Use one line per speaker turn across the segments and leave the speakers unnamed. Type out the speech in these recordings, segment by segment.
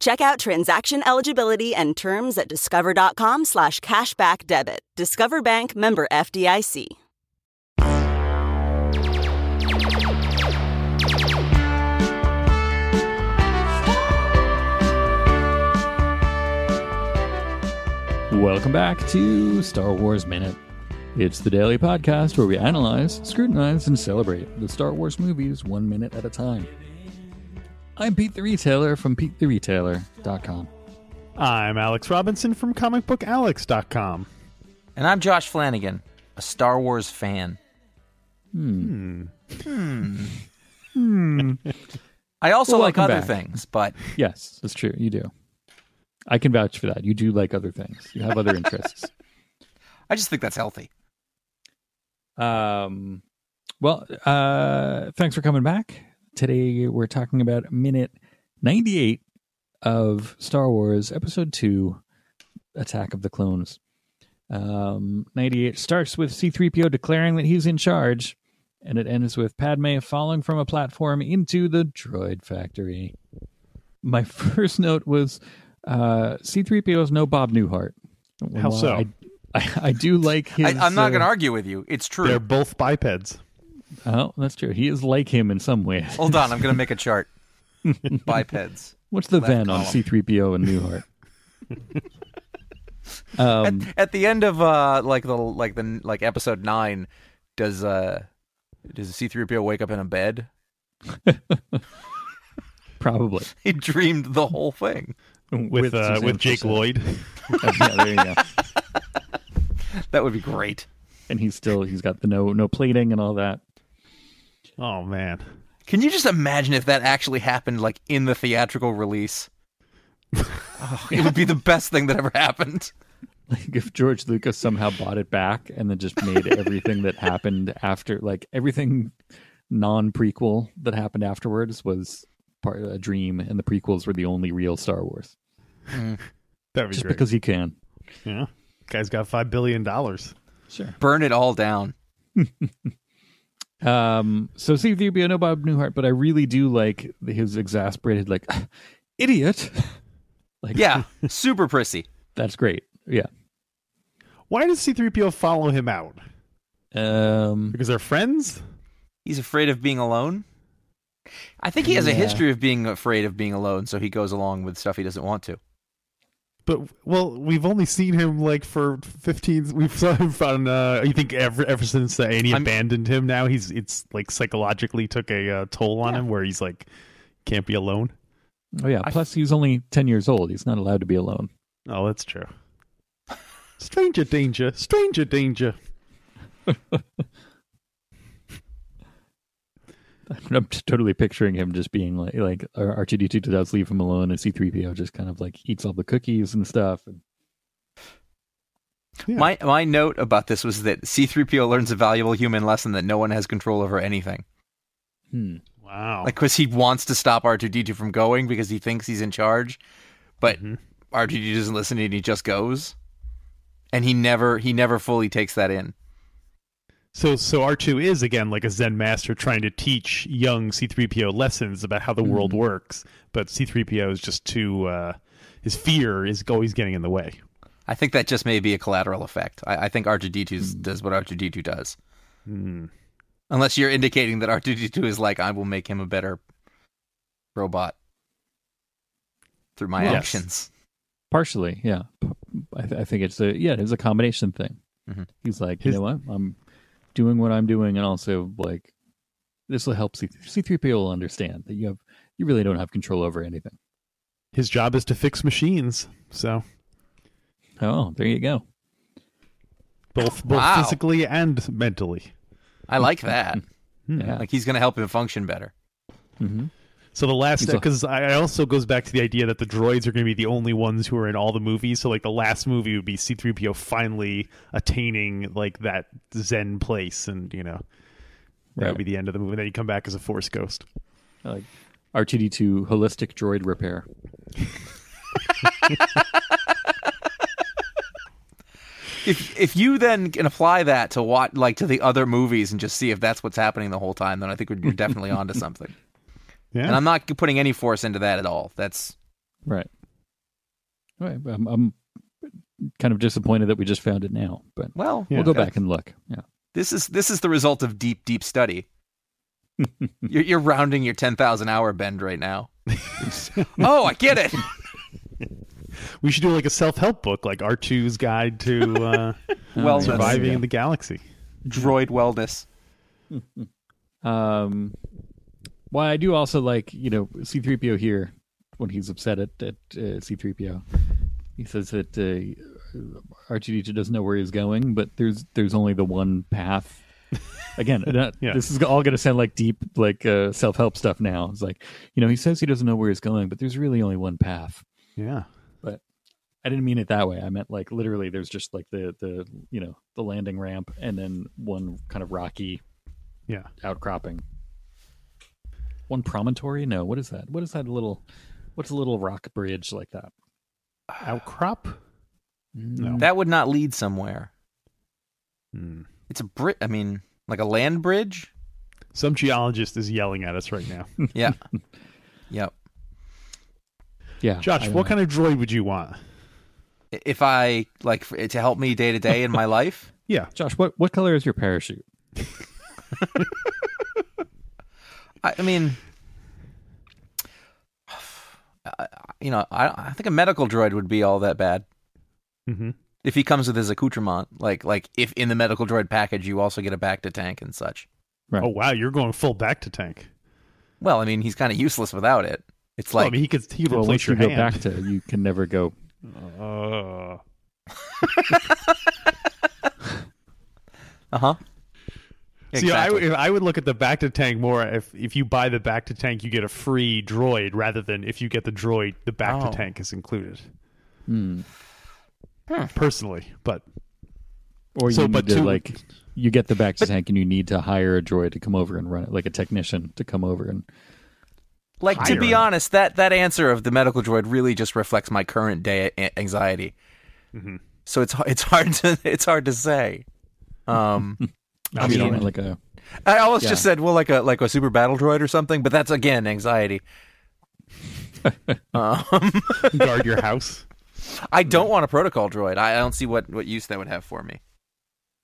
Check out transaction eligibility and terms at discover.com slash cashback debit. Discover Bank member FDIC.
Welcome back to Star Wars Minute. It's the daily podcast where we analyze, scrutinize, and celebrate the Star Wars movies one minute at a time. I'm Pete the Retailer from PeteTheRetailer.com.
I'm Alex Robinson from comicbookalex.com.
And I'm Josh Flanagan, a Star Wars fan.
Hmm,
I also
Well,
like
welcome back.
other things, but
Yes, that's true. You do. I can vouch for that. You do like other things. You have other interests.
I just think that's healthy.
Um, well, uh, thanks for coming back. Today we're talking about minute 98 of Star Wars Episode 2 Attack of the Clones. Um, 98 starts with C3PO declaring that he's in charge, and it ends with Padme falling from a platform into the droid factory. My first note was uh, C3PO is no Bob Newhart.
How so?
I, I, I do like his.
I, I'm not going
uh,
to argue with you. It's true.
They're both bipeds.
Oh, that's true. He is like him in some ways.
Hold on, I'm going to make a chart. Bipeds.
What's the
left
Ven on
column.
C3PO and Newhart? um,
At the end of uh, like the like the like episode nine, does uh does C-3PO wake up in a bed?
probably.
He dreamed the whole thing.
With uh,
Suzanne
with Jake
Forsythe.
Lloyd.
Oh, yeah, there you go.
That would be great.
And he's still he's got the no no plating and all that.
Oh man.
Can you just imagine if that actually happened, like in the theatrical release? Oh, it would be the best thing that ever happened.
Like if George Lucas somehow bought it back and then just made everything that happened after, like everything non prequel that happened afterwards was part a dream, and the prequels were the only real Star Wars,
That'd be
just
great.
because he can.
yeah. Guy's got five billion dollars.
Sure.
Burn it all down.
Um, so C-3PO, no Bob Newhart, but I really do like his exasperated, like, idiot. Like,
Yeah, super prissy.
that's great. Yeah.
Why does C3PO follow him out?
Um,
Because they're friends?
He's afraid of being alone. I think he has a
Yeah.
history of being afraid of being alone, so he goes along with stuff he doesn't want to.
But well, we've only seen him like for fifteen. We've saw him on. Uh, you think ever ever since uh, Annie
I'm-
abandoned him, now he's it's like psychologically took a uh, toll on him, where he's like can't be alone.
oh yeah. Plus, he's only ten years old. He's not allowed to be alone.
Oh, that's true. Stranger danger, stranger danger.
I'm just totally picturing him just being like, like R- R2D2 does leave him alone, and C-3PO just kind of like eats all the cookies and stuff. And
Yeah.
My my note about this was that C-3PO learns a valuable human lesson that no one has control over anything.
hmm.
wow.
Like, cause he wants to stop R2D2 from going because he thinks he's in charge, but
Mhm.
R2D2 doesn't listen and he just goes, and he never he never fully takes that in.
So so R two is again like a Zen master trying to teach young C three PO lessons about how the world works, but C three PO is just too uh, his fear is always getting in the way.
I think that just may be a collateral effect. I, I think R2D2 does what R2D2 does.
Hmm.
Unless you're indicating that R2D2 is like, I will make him a better robot through my
Yes.
actions.
Partially, yeah. P- I, th- I think it's a yeah, it's a combination thing.
Mhm.
He's like,
His-
you know what? I'm doing what I'm doing, and also like, this will help C C three PO will understand that you have you really don't have control over anything.
His job is to fix machines. So
Oh, there you go.
both both
Wow.
physically and mentally.
I like that.
Yeah. Mm-hmm.
Like he's going to help him function better.
So the last
He's a-
because I I also goes back to the idea that the droids are going to be the only ones who are in all the movies. So like the last movie would be C-3PO finally attaining like that Zen place, and you know that
Right.
would be the end of the movie. then you come back as a Force ghost.
I like R2D2 holistic droid repair.
If if you then can apply that to what like to the other movies and just see if that's what's happening the whole time, then I think we're definitely onto something.
Yeah.
And I'm not putting any force into that at all. That's
Right. All right. I'm, I'm kind of disappointed that we just found it now, but
well,
Yeah.
we'll go
Okay.
back and look. Yeah.
this is this is the result of deep deep study. you're, you're rounding your ten thousand hour bend right now. oh, I get it.
we should do like a self-help book, like R2's guide to uh,
Well,
surviving
yeah.
in the galaxy.
droid wellness.
Um, well, I do also like you know C-3PO here when he's upset at, at uh, C-3PO. He says that uh, R2D2 doesn't know where he's going, but there's there's only the one path. Again, not,
Yeah.
this is all going to sound like deep, like uh, self help stuff. Now it's like you know he says he doesn't know where he's going, but there's really only one path.
Yeah.
But I didn't mean it that way. I meant like literally, there's just like the the you know the landing ramp and then one kind of rocky
Yeah.
outcropping. One promontory? No. What is that? What is that little? What's a little rock bridge like that?
Outcrop? No.
That would not lead somewhere.
Hmm.
It's a Brit. I mean, like a land bridge.
Some geologist is yelling at us right now.
Yeah. yep.
Yeah. I
Josh,
don't
what
know.
kind of droid would you want?
I- If I like for, to help me day to day in my life,
Yeah.
Josh, what what color is your parachute?
I, I mean, I, I- you know, I, I think a medical droid would be all that bad
Mm-hmm.
if he comes with his accoutrement. Like, like if in the medical droid package you also get a back to tank and such.
Right.
Oh wow, you're going full back to tank.
Well, I mean, he's kind of useless without it. It's
Well,
like
I mean, he could he could
well, once
replace
you
your
go
hand.
back to, you can never go.
Oh.
Uh huh.
See, I, would- I would look at the back to tank more if if you buy the back to tank, you get a free droid rather than if you get the droid, the back
Oh.
to tank is included.
Hmm.
Personally, but
Or you
So,
need
but
to
to-
like you get the back to tank and you need to hire a droid to come over and run it, like a technician to come over and
like to be
higher.
honest, that that answer of the medical droid really just reflects my current day a- anxiety. So it's h- it's hard to it's hard to say. Um, I
you know,
mean,
like a
I almost
yeah.
just said well, like a like a super battle droid or something, but that's again anxiety. um,
guard your house.
I don't want a protocol droid. I, I don't see what what use that would have for me.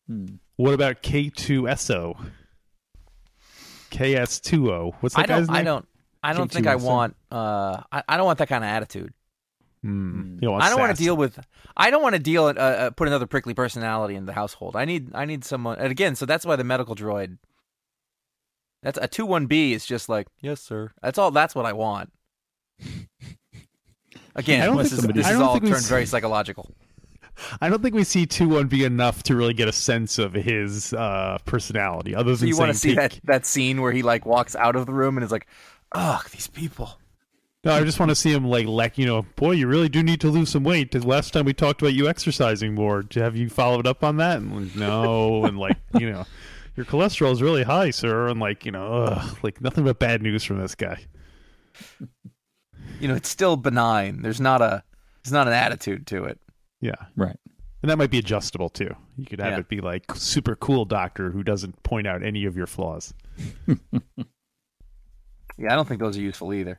hmm.
What about K two S O? KS two O. What's that
I don't
guy's name?
I don't I don't think I
K2SO.
want uh I, I don't want that kind of attitude.
Hmm. You don't want
I don't want
sass.
to deal with. I don't want to deal. Uh, uh, put another prickly personality in the household. I need. I need someone. And again, so that's why the medical droid. That's a two one B is just like yes sir. That's all. That's what I want.
I
Again,
don't
this
think
is
somebody-
this
I
is
don't
all
think we
turned
s-
very psychological.
I don't think we see two one be enough to really get a sense of his uh, personality. Other than
So you
want to
see that that scene where he like walks out of the room and is like, ugh, these people.
No, I just want to see him like, like you know, boy, you really do need to lose some weight. The last time we talked about you exercising more, Do- have you followed up on that? And like, no, and like you know, your cholesterol is really high, sir. And like you know, ugh, like nothing but bad news from this guy.
You know, it's still benign. There's not a. There's not an attitude to it.
Yeah,
right.
and that might be adjustable too. You could have
Yeah.
it be like super cool doctor who doesn't point out any of your flaws.
Yeah, I don't think those are useful either.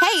Hey,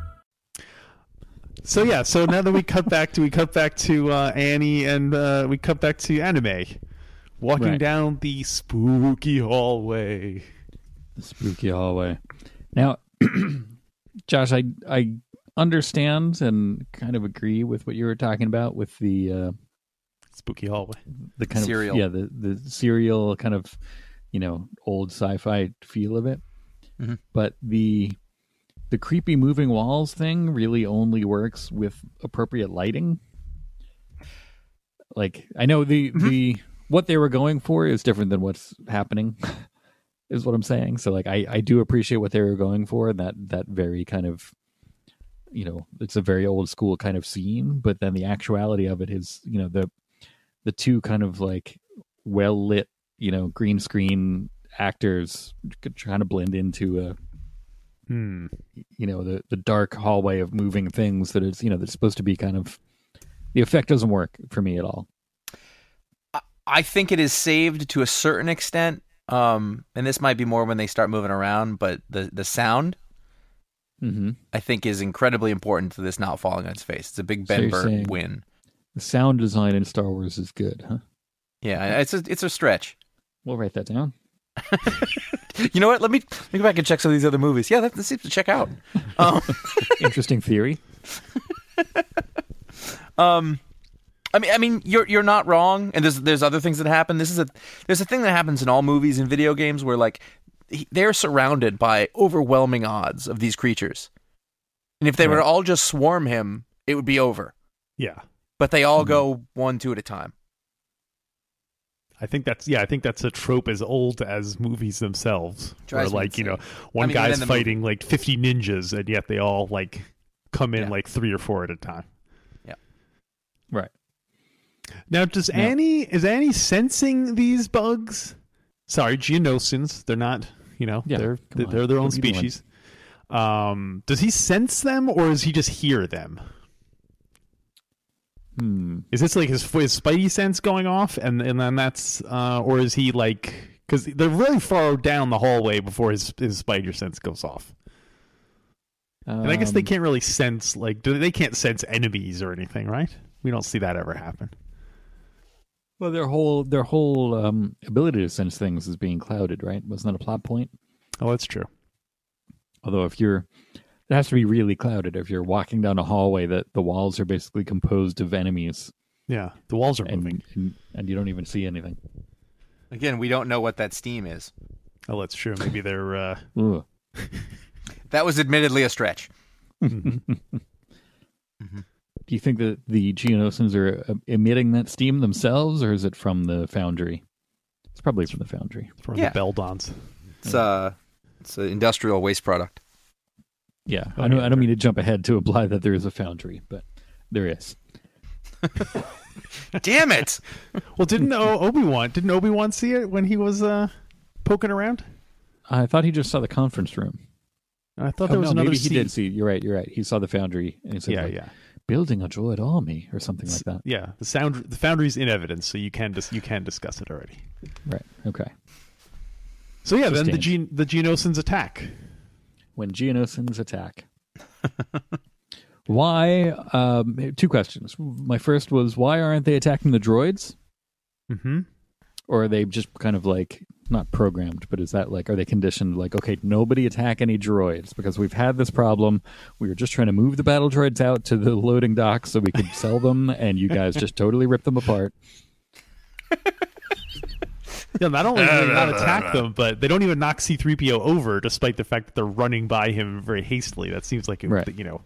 So yeah, so now that we cut back to we cut back to uh, Annie and uh, we cut back to anime, walking
Right.
down the spooky hallway.
spooky hallway. Now, Josh, I I understand and kind of agree with what you were talking about with the uh,
Spooky hallway.
the kind
Serial.
of yeah the the serial kind of you know old sci-fi feel of it.
Mhm.
But the the creepy moving walls thing really only works with appropriate lighting. Like I know the the what they were going for is different than what's happening. is what I'm saying. So like I I do appreciate what they were going for that that very kind of you know it's a very old school kind of scene, but then the actuality of it is you know the the two kind of like well lit you know green screen actors trying to blend into a
Hmm.
you know the the dark hallway of moving things that it's you know that's supposed to be kind of the effect doesn't work for me at all.
I think it is saved to a certain extent. Um, and this might be more when they start moving around, but the the sound
Mm-hmm.
I think is incredibly important to this not falling on its face. It's a big
So
Ben
you're
Burtt
saying-
win.
The sound design in Star Wars is good, huh?
Yeah, it's a it's a stretch.
We'll write that down.
You know what? Let me let me go back and check some of these other movies. Yeah, that, that seems to check out. Um,
Interesting theory.
Um, I mean, I mean, you're you're not wrong, and there's there's other things that happen. This is a there's a thing that happens in all movies and video games where like he- they're surrounded by overwhelming odds of these creatures, and if they were to
Right.
all just swarm him, it would be over.
Yeah,
But they all go one two at a time.
I think that's yeah. I think that's a trope as old as movies themselves. Where
Drives me
like you know,
insane.
one
I mean, even in
guy's
the
fighting like fifty ninjas, and yet they all like come in
Yeah.
like three or four at a time.
Right.
Now, does
Yeah.
Annie is Annie sensing these bugs? Sorry, geonosins. They're not. You know,
Yeah,
they're
come
they're,
on.
they're their
What
own
are you doing?
species. Um, does he sense them, or does he just hear them?
Hmm.
Is this like his his spidey sense going off, and and then that's, uh, or is he like? Because they're really far down the hallway before his his spider sense goes off, and I guess they
Um,
can't really sense like do- they can't sense enemies or anything, right? We don't see that ever happen.
Well, their whole their whole um, ability to sense things is being clouded, right? Wasn't that a plot point?
Oh, that's true.
Although, if you're it has to be really clouded if you're walking down a hallway that the walls are basically composed of enemies
Yeah, the walls are moving.
and, and and you don't even see anything.
Again, we don't know what that steam is.
Oh, that's true. Maybe they're. Uh,
Ugh.
That was admittedly a stretch.
Do you think that the Geonosins are uh, emitting that steam themselves, or is it from the foundry? It's probably from the foundry.
from
Yeah.
the Beldons.
It's uh, it's an industrial waste product.
Yeah,
Oh,
I don't.
yeah,
I don't mean to jump ahead to imply that there is a foundry, but there is.
Damn it!
Well, didn't o- Obi Wan didn't Obi Wan see it when he was uh, poking around?
I thought he just saw the conference room.
I
Oh,
thought there was
no,
another.
maybe he did
scene-
see. You're right. You're right. He saw the foundry and he said,
Yeah,
like,
yeah,
building a droid army or something like that.
yeah. The sound, the foundry's in evidence, so you can dis- you can discuss it already.
Right. Okay.
So yeah, then the
Sustained.
gene the genosins attack.
When Geonosins attack. why? Um, two questions. My first was why aren't they attacking the droids?
Mm-hmm.
Or are they just kind of like not programmed, but is that like are they conditioned like okay, nobody attack any droids because we've had this problem. We were just trying to move the battle droids out to the loading dock so we could sell them, and you guys just totally ripped them apart.
Yeah, not only do they not attack them, but they don't even knock C three PO over, despite the fact that they're running by him very hastily. That seems like it,
Right.
you know.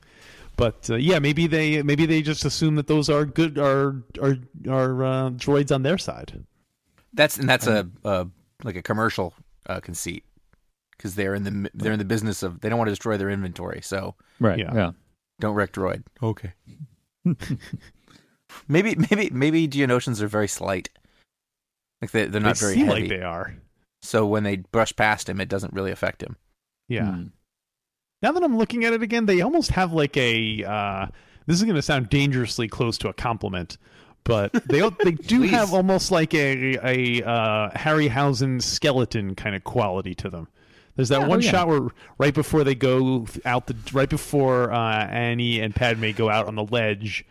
But uh, yeah, maybe they maybe they just assume that those are good are are are uh, droids on their side.
That's and that's
Um,
a, a like a commercial uh, conceit because they're in the they're in the business of they don't want to destroy their inventory. So
Right.
Yeah.
yeah.
Don't wreck droid.
Okay.
Maybe maybe maybe Geonosians are very slight. Like they they're not
they
very
seem
heavy.
like they are.
So when they brush past him, it doesn't really affect him.
Yeah.
Hmm.
Now that I'm looking at it again, they almost have like a. Uh, this is going to sound dangerously close to a compliment, but they they do
Please.
have almost like a a uh, Harryhausen skeleton kind of quality to them. There's that
Yeah,
one
oh, yeah.
shot where right before they go out the right before uh, Annie and Padme go out on the ledge.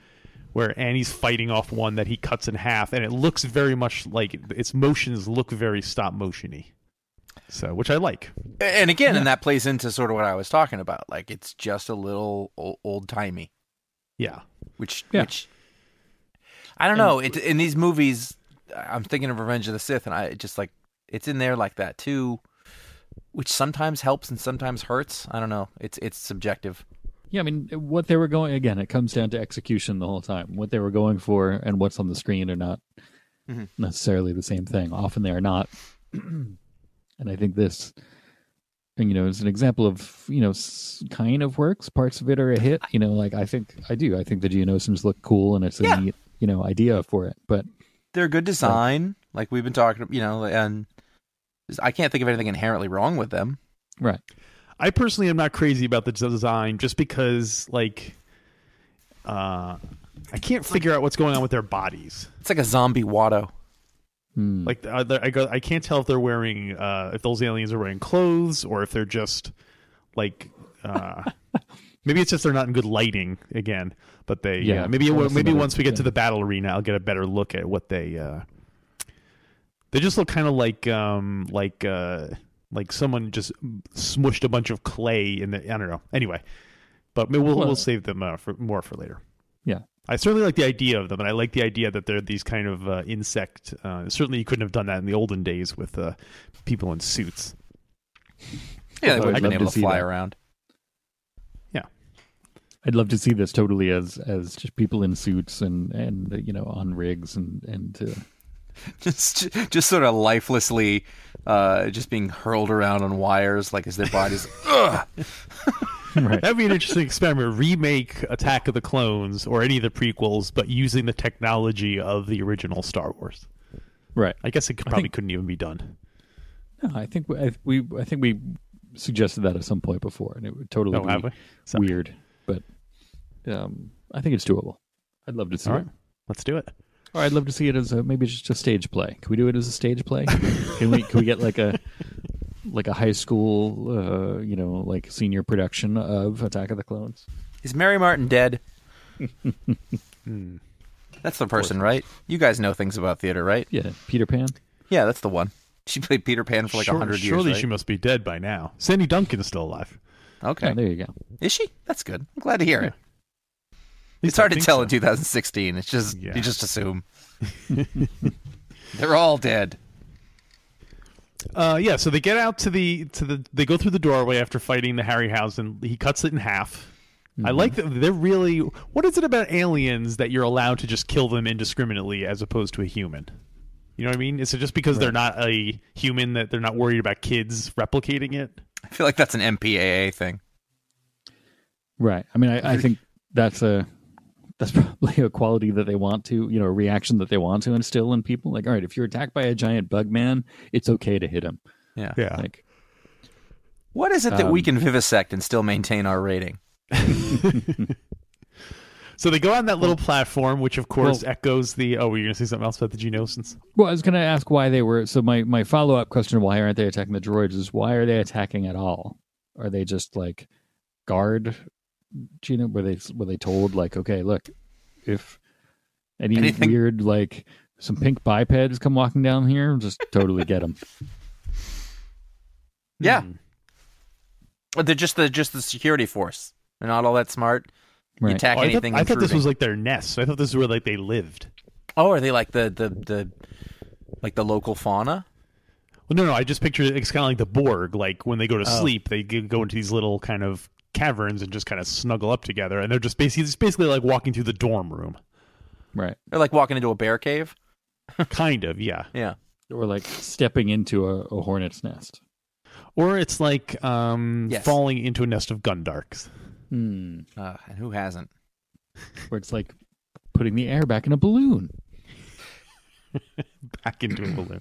Where Annie's fighting off one that he cuts in half, and it looks very much like its motions look very stop motiony, so which I like.
And again, and that plays into sort of what I was talking about. Like it's just a little old timey,
Yeah,
which
Yeah.
which I don't know. It, in these movies, I'm thinking of Revenge of the Sith, and I it just like it's in there like that too, which sometimes helps and sometimes hurts. I don't know. It's it's subjective.
Yeah, I mean, what they were going again, it comes down to execution the whole time. What they were going for and what's on the screen are not
Mhm.
necessarily the same thing. Often they are not. and I think this, you know, is an example of you know s- kind of works. Parts of it are a hit. You know, like I think I do. I think the Geonosians look cool, and it's a
Yeah.
neat you know idea for it. But
They're good design, like we've been talking. You know, and I can't think of anything inherently wrong with them.
right,
I personally am not crazy about the design just because like uh I can't figure out what's going on with their bodies.
It's like a zombie Watto.
Hmm.
Like are they- I go I can't tell if they're wearing uh if those aliens are wearing clothes or if they're just like uh maybe it's just they're not in good lighting again, but they yeah,
Yeah,
maybe it, will-
that's
maybe
another
once we get to
thing.
the battle arena I'll get a better look at what they uh they just look kind of like um like uh like someone just smushed a bunch of clay in the I don't know. Anyway, but maybe we'll
Well-
we'll save them uh, for more for later.
Yeah.
I certainly like the idea of them, and I like the idea that they're these kind of uh, insect. Uh, certainly, you couldn't have done that in the olden days with uh, people in suits.
Yeah,
I
they
would
would have been
love
able
to
to
see
fly
that.
around.
I'd love to see this totally as as just people in suits and and you know on rigs and and uh,
just just sort of lifelessly uh just being hurled around on wires like as their bodies Ugh!
right.
That'd be an interesting experiment: remake Attack of the Clones or any of the prequels, but using the technology of the original Star Wars.
Right.
I guess it could,
I
probably
think-
couldn't even be done.
No, I think we, I, we I think we suggested that at some point before, and it would totally
No,
be
Oh, have we? So-
weird, but um, I think it's doable. I'd love to see
All
it,
right, let's do it.
or I'd love to see it as a maybe just a stage play. Can we do it as a stage play? can we can we get like a like a high school, uh, you know, like senior production of Attack of the Clones?
is mary martin dead that's the person right you guys know things about theater right
Yeah, Peter Pan.
yeah that's the one she played peter pan for like a
Sure-
100 years
surely
right?
she must be dead by now. Sandy Duncan is still alive.
okay
Oh, there you go.
is she that's good i'm glad to hear it
least
it's hard
I
to
think
tell
so.
in 2016 it's just
Yeah.
you just assume they're all dead
Uh, yeah, so they get out to the to the they go through the doorway after fighting the Harryhausen. He cuts it in half. I
Mm-hmm.
like that they're really. What is it about aliens that you're allowed to just kill them indiscriminately as opposed to a human? You know what I mean? Is it just because they're not a human that they're not worried about kids replicating it?
i feel like that's an mpaa thing
Right. I mean, I, I think that's a that's probably a quality that they want to, you know, a reaction that they want to instill in people. Like, all right, if you're attacked by a giant bug man, it's okay to hit him.
yeah,
Yeah,
Like,
what is it that we
Um,
can vivisect and still maintain our rating
So they go on that little platform, which of course
Well-
echoes the. Oh, were you going to say something else about the Genosins?
well, I was going to ask why they were. So my my follow up question: Why aren't they attacking the droids? Is why are they attacking at all? Are they just like guard? Gina, were they were they told like, okay, look, if any
Anything-
weird like some pink bipeds come walking down here, just totally get them.
hmm.
Yeah. But They're just the just the security force. They're not all that smart.
Right.
You attack
Oh, I, thought,
anything.
I thought this
intruding.
was like their nest. I thought this was where like they lived.
Oh, are they like the the the like the local fauna?
Well, no, no. I just picture it's kind of like the Borg. Like when they go to sleep, they g- go into these little kind of caverns and just kind of snuggle up together, and they're just basically it's basically like walking through the dorm room,
Right.
They're like walking into a bear cave.
kind of, yeah.
Yeah.
or like stepping into a, a hornet's nest.
Or it's like um,
Yes.
falling into a nest of Gundarks.
Mm,
Uh, and who hasn't?
where it's like putting the air back in a balloon.
Back into a balloon.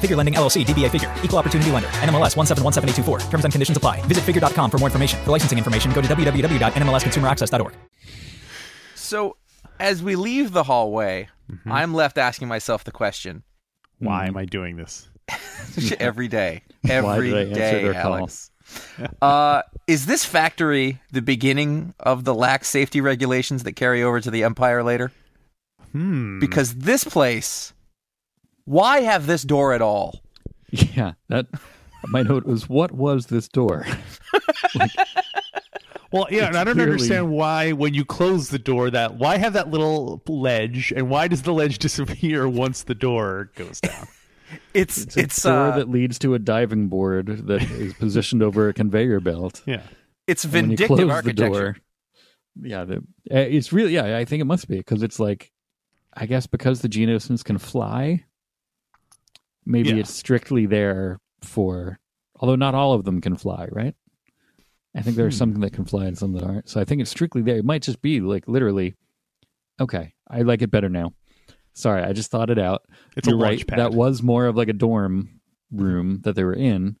Figure Lending LLC, DBA Figure, Equal Opportunity Lender, NMLS 1717824. Terms and conditions apply. Visit figure.com for more information. For licensing information, go to www.nmlsconsumeraccess.org.
So, as we leave the hallway, I'm left asking myself the question
Why am I doing this?
every day,
Why
every
did I
day,
answer their call?
Alex. uh, is this factory the beginning of the lax safety regulations that carry over to the Empire later?
Hmm.
Because this place, why have this door at all?
Yeah, that my note was what was this door?
Well, yeah, and I don't
clearly-
understand why when you close the door that why have that little ledge and why does the ledge disappear once the door goes down?
It's
It's
it's,
a door
uh,
that leads to a diving board that is positioned over a conveyor belt.
yeah.
it's
And when you
vindictive
close the
architecture.
door- yeah, the, uh, it's really yeah. I think it must be because it's like, I guess because the geonosians can fly, maybe
Yeah.
it's strictly there for. Although not all of them can fly, right? I think there's some
Hmm.
that can fly and some that aren't. So I think it's strictly there. It might just be like literally. Okay, I like it better now. Sorry, I just thought it out.
It's
You're
a
right.
launch pad.
That was more of like a dorm room that they were in.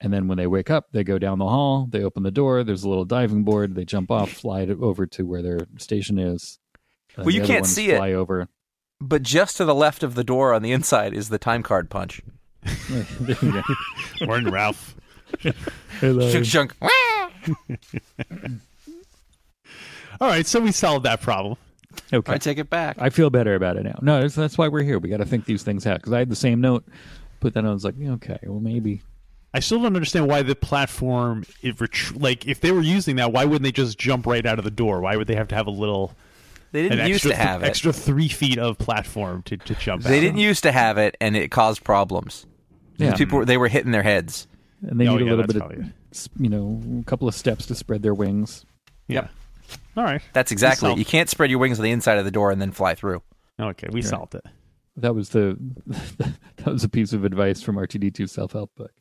And then when they wake up, they go down the hall, they open the door, there's a little diving board, they jump off, fly to, over to where their station is. and
Well,
the
you
other
can't
ones
see it.
Fly over.
But just to the left of the door on the inside is the time card punch.
There you go.
We're in Ralph.
Shunk, shunk.
All right, so we solved that problem.
okay.
I take it back.
I feel better about it now. No, that's, that's why we're here. We got to think these things out. Because I had the same note, put that on. I was like, okay, well, maybe.
I still don't understand why the platform it ret- like if they were using that, why wouldn't they just jump right out of the door? Why would they have to have a little
They didn't
an
used
extra
to have it.
extra three feet of platform to, to jump out?
They didn't used to have it, and it caused problems.
Yeah.
People they were hitting their heads.
And they
Oh,
need a
yeah,
little
that's
bit of,
probably it.
s- you know, a couple of steps to spread their wings.
Yeah. All right.
That's exactly it.
solved-
You can't spread your wings on the inside of the door and then fly through.
Okay, we solved it.
That was the that was a piece of advice from RTD2 self help book.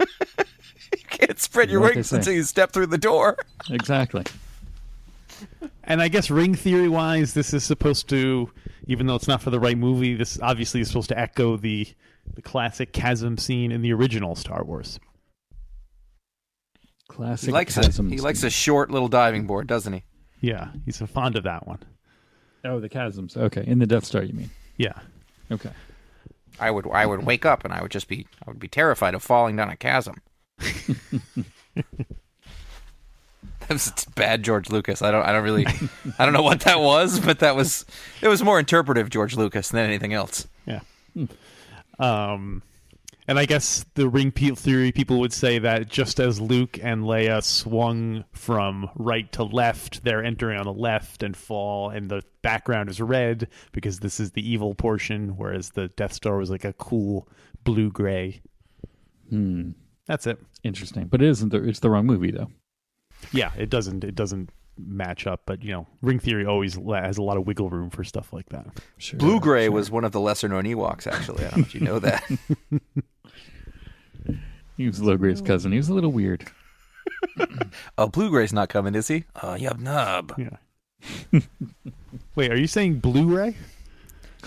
You can't spread your
Like I
wings
say.
until you step through the door.
Exactly.
And I guess ring theory wise, this is supposed to, even though it's not for the right movie, this obviously is supposed to echo the the classic chasm scene in the original Star Wars.
Classic.
He likes a,
chasm
he likes a
scene.
short little diving board, doesn't he?
Yeah, he's fond of that one.
oh, the chasms. Okay, in the Death Star, you mean?
Yeah.
Okay.
I would I would wake up and I would just be I would be terrified of falling down a chasm. that was bad George Lucas. I don't I don't really I don't know what that was, but that was it was more interpretive George Lucas than anything else.
Yeah. Um and I guess the ring pe- theory people would say that just as Luke and Leia swung from right to left, they're entering on the left and fall, and the background is red because this is the evil portion, whereas the Death Star was like a cool blue gray.
Hmm.
That's it.
Interesting, but it isn't. The, it's the wrong movie, though.
yeah it doesn't it doesn't match up but you know ring theory always la- has a lot of wiggle room for stuff like that
Sure.
Blue Gray was one of the lesser known Ewoks, actually. I don't know if you know that.
He was Logray's cousin. He was a little weird.
Oh, Blue Gray's not coming, is he?
Uh,
Oh, yub nub.
yeah wait are you saying blu-ray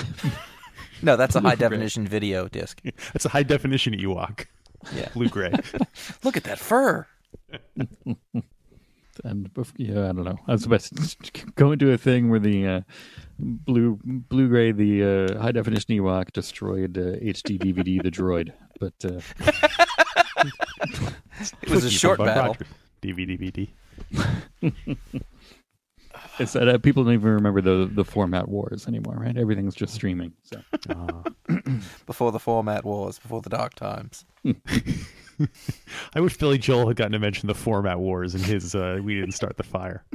No, that's a high definition video disc.
that's a high definition ewok
Yeah.
blu-ray
Look at that fur.
And bef- yeah, I don't know. I was about to go into a thing where the uh, Blue Blue Gray, the uh, high definition Ewok, destroyed uh, HD DVD, the droid. But uh,
It was a short battle.
DVD,
it's that uh, people don't even remember the the format wars anymore, right? Everything's just streaming. So
before the format wars, before the dark times.
I wish Billy Joel had gotten to mention the format wars in his uh, "We Didn't Start the Fire."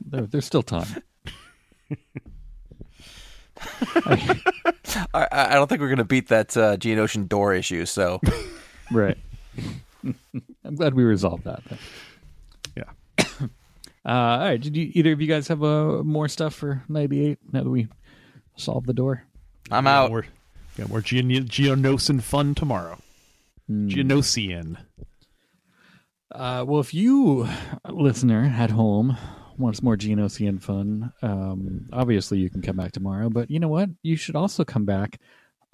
There, there's still time.
I, I I don't think we're gonna beat that uh, Gene Ocean door issue. So
right. I'm glad we resolved that. Then.
Yeah.
Uh, all right. Did you, either of you guys have uh, more stuff for 98 now that we solved the door?
I'm out.
More, yeah, more Geon- Geonosian fun tomorrow. Mm,
Hmm.
Geonosian.
Uh, well, if you, listener at home, wants more Geonosian fun, um, obviously you can come back tomorrow. But you know what? You should also come back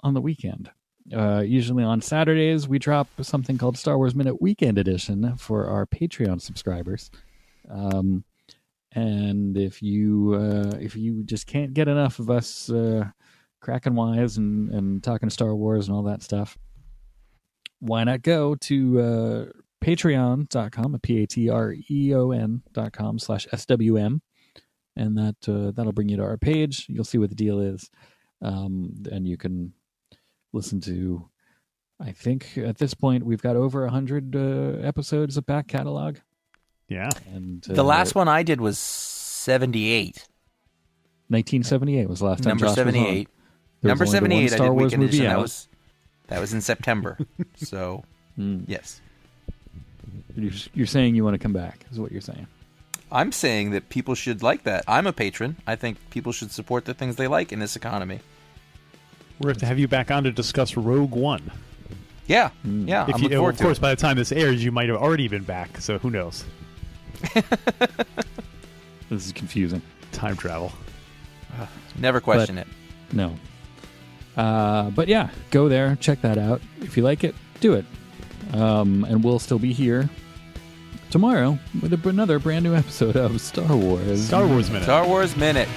on the weekend. Uh, usually on Saturdays, we drop something called Star Wars Minute Weekend Edition for our Patreon subscribers. Um, and if you uh, if you just can't get enough of us uh, cracking wise and, and talking Star Wars and all that stuff, why not go to uh, patreon.com p-a-t-r-e-o-n E dot com slash s-w-m and that uh, that'll bring you to our page you'll see what the deal is um, and you can listen to i think at this point we've got over 100 uh, episodes of back catalog
Yeah.
and uh,
the last one I did was 78,
1978 was the last time
number
Josh was on.
78,
There was
number
only the one
78. I
Star
did
Wars
weekend
movie
edition. That
out.
was that was in September. so yes,
Hmm. you're, you're saying you want to come back is what you're saying
I'm saying that people should like that. I'm a patron. I think people should support the things they like in this economy.
We're have to have you back on to discuss Rogue One.
Yeah,
Mm.
yeah.
If
I'm
you,
looking forward
of
to
course,
it.
by the time this airs, you might have already been back. So who knows?
this is confusing
Time travel.
Never question it.
No. Uh, but yeah, go there, check that out. If you like it, do it. Um, and we'll still be here tomorrow with a- another brand new episode of Star Wars.
Star Wars minute.
Star Wars Minute.